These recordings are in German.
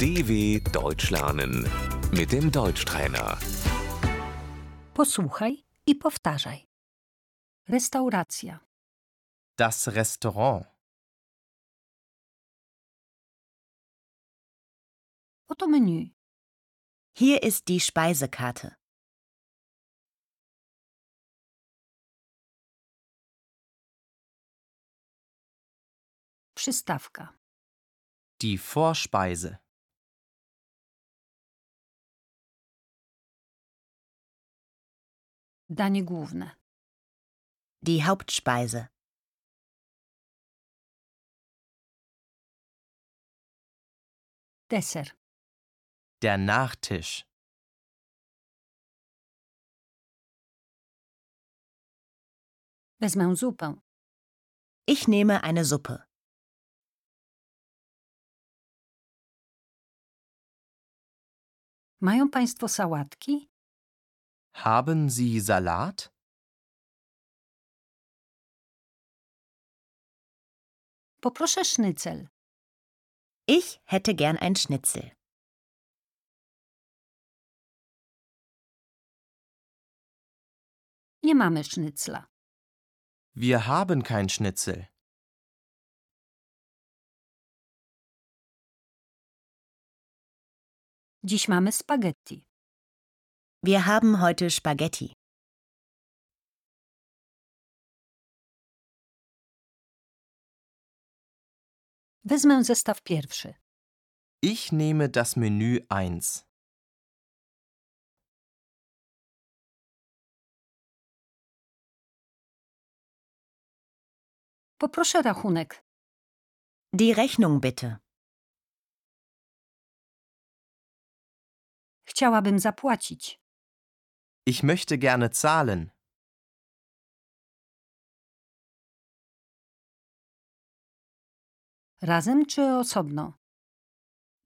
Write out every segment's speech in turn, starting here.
DW Deutsch lernen mit dem Deutschtrainer. Posłuchaj i powtarzaj. Restauracja, Das Restaurant. oto menu, Hier ist die Speisekarte. przystawka, Die Vorspeise. danie główne, Die Hauptspeise. deser, Der Nachtisch. wezmę zupę, Ich nehme eine Suppe. Mają Państwo sałatki? Haben Sie Salat? Poproszę sznycel. Ich hätte gern ein Schnitzel. Nie mamy sznycla. Wir haben kein Schnitzel. Dziś mamy spaghetti. Wir haben heute Spaghetti. Wezmę zestaw pierwszy. Ich nehme das Menü 1. Poproszę rachunek. Die Rechnung bitte. Chciałabym zapłacić. Ich möchte gerne zahlen. Razem czy osobno?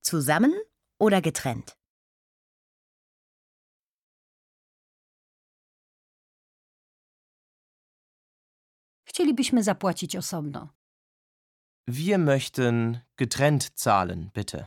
Zusammen oder getrennt? Chcielibyśmy zapłacić osobno. Wir möchten getrennt zahlen, bitte.